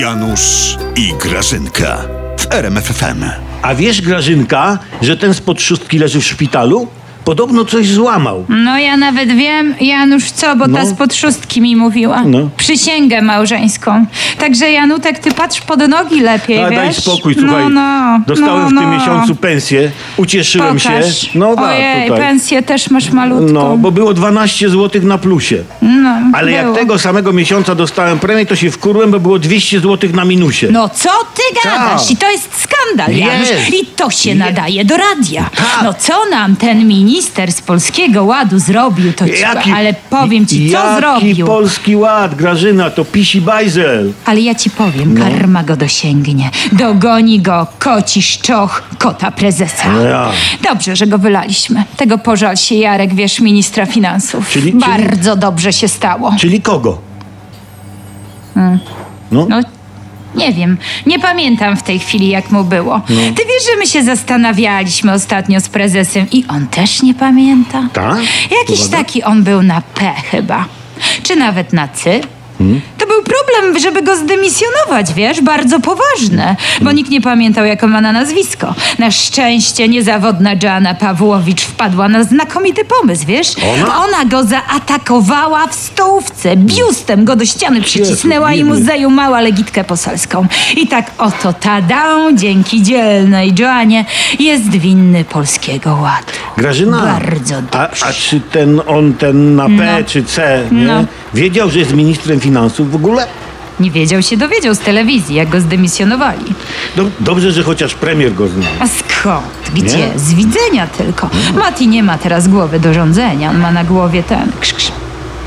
Janusz i Grażynka w RMFFM. A wiesz, Grażynka, że ten spod szóstki leży w szpitalu? Podobno coś złamał. No ja nawet wiem, Janusz, co, bo ta No. z pod szóstki mi mówiła. No. Przysięgę małżeńską. Także Janutek, ty patrz pod nogi lepiej, A wiesz? daj spokój, słuchaj. No, no, Dostałem no, w tym no. miesiącu pensję, ucieszyłem Pokaż. się. No da, Ojej, tutaj. pensję też masz malutką. No, bo było 12 zł na plusie. No, Ale jak było. tego samego miesiąca dostałem premię, to się wkurłem, bo było 200 zł na minusie. No co ty gadasz? Tak. I to jest skandal, Janusz. Jest. I to się nadaje do radia. Tak. No co nam ten minister z Polskiego Ładu zrobił, to ci, ale powiem ci, co jaki zrobił. Polski Ład, Grażyna, to pisi bajzel. Ale ja ci powiem, No. karma go dosięgnie. Dogoni go koci szczoch kota prezesa. No ja. Dobrze, że go wylaliśmy. Tego pożal się Jarek, wiesz, ministra finansów. Czyli- czyli- Bardzo dobrze się stało. Czyli kogo? No, nie wiem. Nie pamiętam w tej chwili, jak mu było. No. Ty wiesz, że my się zastanawialiśmy ostatnio z prezesem i on też nie pamięta? Tak? Jakiś Uwaga. taki on był na P chyba. Czy nawet na C. Hmm? To był problem, żeby go zdemisjonować, wiesz? Bardzo poważny, bo nikt nie pamiętał, jak on ma na nazwisko. Na szczęście niezawodna Joanna Pawłowicz wpadła na znakomity pomysł, wiesz? Ona? go zaatakowała w stołówce, biustem go do ściany przycisnęła i mu biedny. zajumała legitkę poselską. I tak oto tadą, dzięki dzielnej Joanie, jest winny Polskiego Ładu. Grażyna. Bardzo a, dobrze. a czy ten on, ten na P No. czy C, nie? No. Wiedział, że jest ministrem finansów w ogóle? Nie wiedział się, dowiedział z telewizji, jak go zdemisjonowali. Dob- dobrze, że chociaż premier go zna. A skąd? Gdzie? Nie? Z widzenia tylko. Mati nie ma teraz głowy do rządzenia, on ma na głowie ten krz, krz,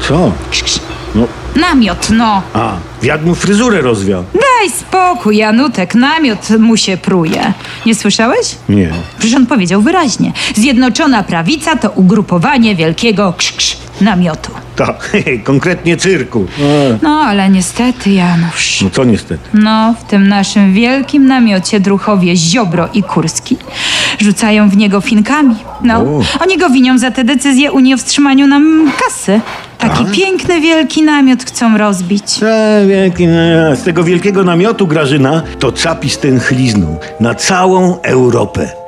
Co? krz, krz. No, namiot, no. a, wiatr mu fryzurę rozwiał. Daj spokój, Janutek, namiot mu się pruje. Nie słyszałeś? Nie. Przecież on powiedział wyraźnie. Zjednoczona prawica to ugrupowanie wielkiego krz, krz, namiotu. Tak, konkretnie cyrku. E, No, ale niestety, Janusz. No co niestety. No, w tym naszym wielkim namiocie druchowie Ziobro i Kurski rzucają w niego finkami. No, O. oni go winią za te decyzje Unii o wstrzymaniu nam kasy. Taki piękny, wielki namiot chcą rozbić. E, wielki, e, z tego wielkiego namiotu Grażyna to capis ten chliznął na całą Europę.